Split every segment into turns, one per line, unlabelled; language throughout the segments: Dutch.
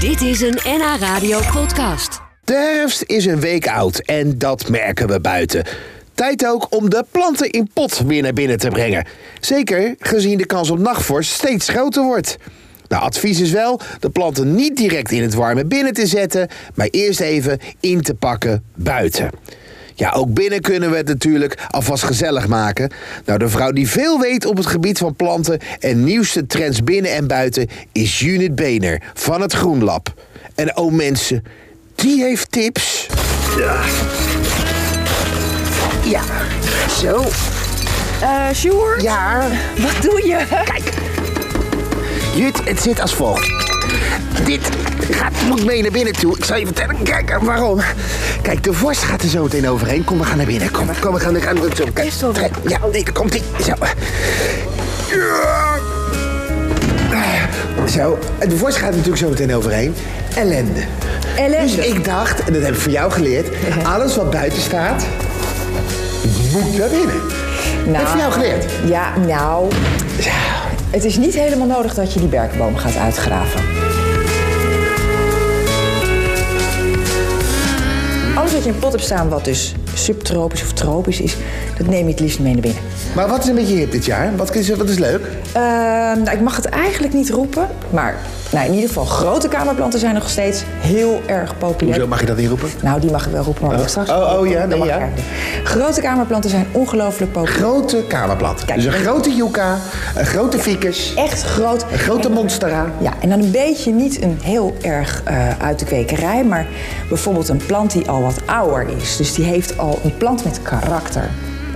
Dit is een NH Radio podcast.
De herfst is een week oud en dat merken we buiten. Tijd ook om de planten in pot weer naar binnen te brengen. Zeker gezien de kans op nachtvorst steeds groter wordt. Nou, advies is wel de planten niet direct in het warme binnen te zetten, maar eerst even in te pakken buiten. Ja, ook binnen kunnen we het natuurlijk alvast gezellig maken. Nou, de vrouw die veel weet op het gebied van planten en nieuwste trends binnen en buiten is Junit Bener van het GroenLab. En oh mensen, die heeft tips.
Ja, zo.
Eh, Sjoerd?
Ja,
Wat doe je?
kijk.
Jut, het zit als volgt.
Dit gaat, moet mee naar binnen toe. Ik zal je vertellen, kijk waarom.
Kijk, de vorst gaat er zo meteen overheen. Kom, we gaan naar binnen. Kom.
Kom, we gaan er aan de zo. Kijk,
Is het alweer?
trek. Ja, nee, daar komt ie. Zo.
Zo, de vorst gaat er natuurlijk zo meteen overheen. Ellende.
Ellende.
Dus ik dacht, en dat heb ik van jou geleerd... alles wat buiten staat, moet naar binnen. Dat heb ik van jou geleerd.
Nou, Ja, nou. Het is niet helemaal nodig dat je die berkenboom gaat uitgraven. Alles wat je in pot hebt staan, wat dus subtropisch of tropisch is, dat neem je het liefst mee naar binnen.
Maar wat is een beetje hip dit jaar? Wat is, wat is leuk?
Ehm, nou, ik mag het eigenlijk niet roepen, maar nou, in ieder geval grote kamerplanten zijn nog steeds heel erg populair.
Hoezo mag je dat niet roepen?
Nou, die mag ik wel roepen, maar
Oh.
straks.
Oh, oh, ja,
Dan
nee,
mag ik
ja.
eigenlijk niet. Grote kamerplanten zijn ongelooflijk populair.
Grote kamerplant.
Kijk.
dus een grote yucca, een grote ficus,
Echt groot.
een grote monstera.
Ja, en dan een beetje niet een heel erg eh, uit de kwekerij, maar bijvoorbeeld een plant die al wat ouder is. Dus die heeft al een plant met karakter.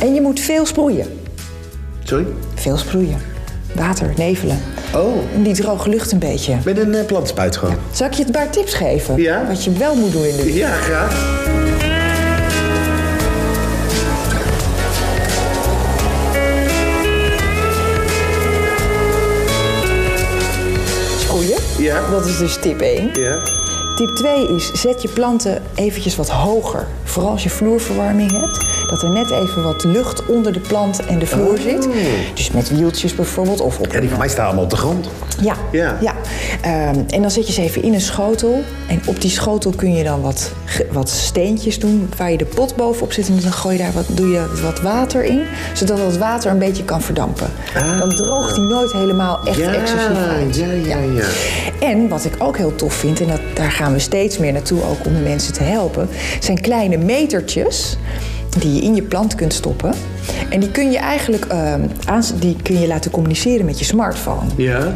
En je moet veel sproeien.
Sorry?
Veel sproeien. Water, nevelen.
Oh.
En die droge lucht een beetje.
Met een eh, plantspuit gewoon.
Zal ik je een paar tips geven?
Ja.
Wat je wel moet doen in de winter.
Ja, graag.
Sproeien.
Ja.
Dat is dus tip 1.
Ja.
Tip 2 is, zet je planten eventjes wat hoger. Vooral als je vloerverwarming hebt. Dat er net even wat lucht onder de plant en de vloer zit. Dus met wieltjes bijvoorbeeld of op
Oh. Ja, die van mij staan allemaal op de grond.
Ja.
Ja.
Ehm, en dan zet je ze even in een schotel. En op die schotel kun je dan wat, ge- wat steentjes doen waar je de pot bovenop zit. En dan gooi je daar wat, doe je wat water in, zodat dat water een beetje kan verdampen. Dan droogt die nooit helemaal echt
Ah. Ja,
excessief uit.
ja, ja, ja.
En wat ik ook heel tof vind, en dat, daar gaan we steeds meer naartoe ook om de mensen te helpen, zijn kleine metertjes die je in je plant kunt stoppen. En die kun je eigenlijk ehm, aans- die kun je laten communiceren met je smartphone.
Ja.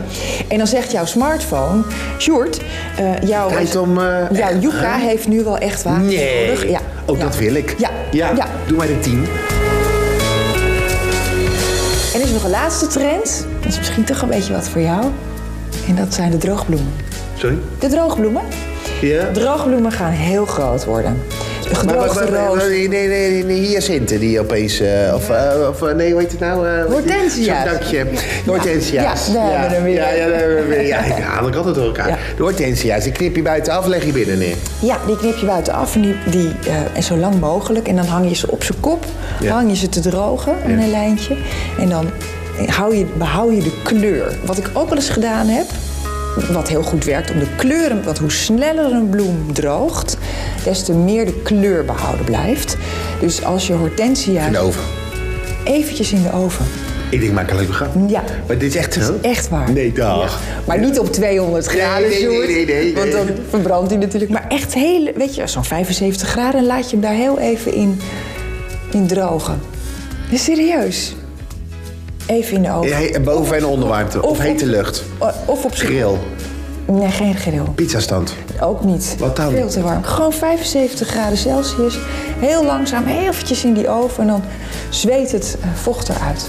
En dan zegt jouw smartphone, Sjoerd, eh, jouw,
Tijd om, eh,
jouw
echt,
Yucca heeft nu wel echt water
Nee.
nodig. Ja.
Oh,
Ja.
dat wil ik.
Ja.
ja.
ja.
Doe mij de tien.
En er is nog een laatste trend. Dat is misschien toch een beetje wat voor jou. En dat zijn de droogbloemen.
Sorry?
De droogbloemen?
Ja.
Droogbloemen gaan heel groot worden. De
Maar, maar,
gedroogde
maar, maar,
roos.
nee, nee, nee, nee, hyacinthe die opeens... eh, of, eh, of, eh, nee, hoe heet het nou? eh, wat die-
Hortensia's.
Zo'n dakje. De Hortensia's.
Ja, daar hebben we hem weer.
Ja, ja, daar hebben we hem weer. Ja, ik haal ik altijd door elkaar.
Ja.
De Hortensia's, die knip je buitenaf, leg je binnen neer.
Ja, die knip je buitenaf en, die, die, eh, en zo lang mogelijk. En dan hang je ze op zijn kop,
Ja.
hang je ze te drogen aan een lijntje. En dan hou je, behoud je de kleur. Wat ik ook wel eens gedaan heb, wat heel goed werkt om de kleuren... want hoe sneller een bloem droogt, des te meer de kleur behouden blijft. Dus als je hortensia
In de oven.
eventjes in de oven...
Ik denk, maak een leuke grap.
Ja.
Maar dit is echt zo?
Echt waar.
Nee, dag.
Maar niet op 200 graden,
nee, nee,
Sjoerd,
nee, nee, nee.
Want dan verbrandt hij natuurlijk. Maar echt heel, weet je, zo'n 75 graden en laat je hem daar heel even in, in drogen. Ja, serieus. Even in de oven.
Ja, he- boven- en onderwarmte. Of,
Of-
hete lucht.
O- Of op z'n-
Grill.
Nee, geen grill.
Pizzastand.
Ook niet.
Wat dan?
Veel te warm. Gewoon 75 graden Celsius. Heel langzaam, heel eventjes in die oven. En dan zweet het eh, vocht eruit.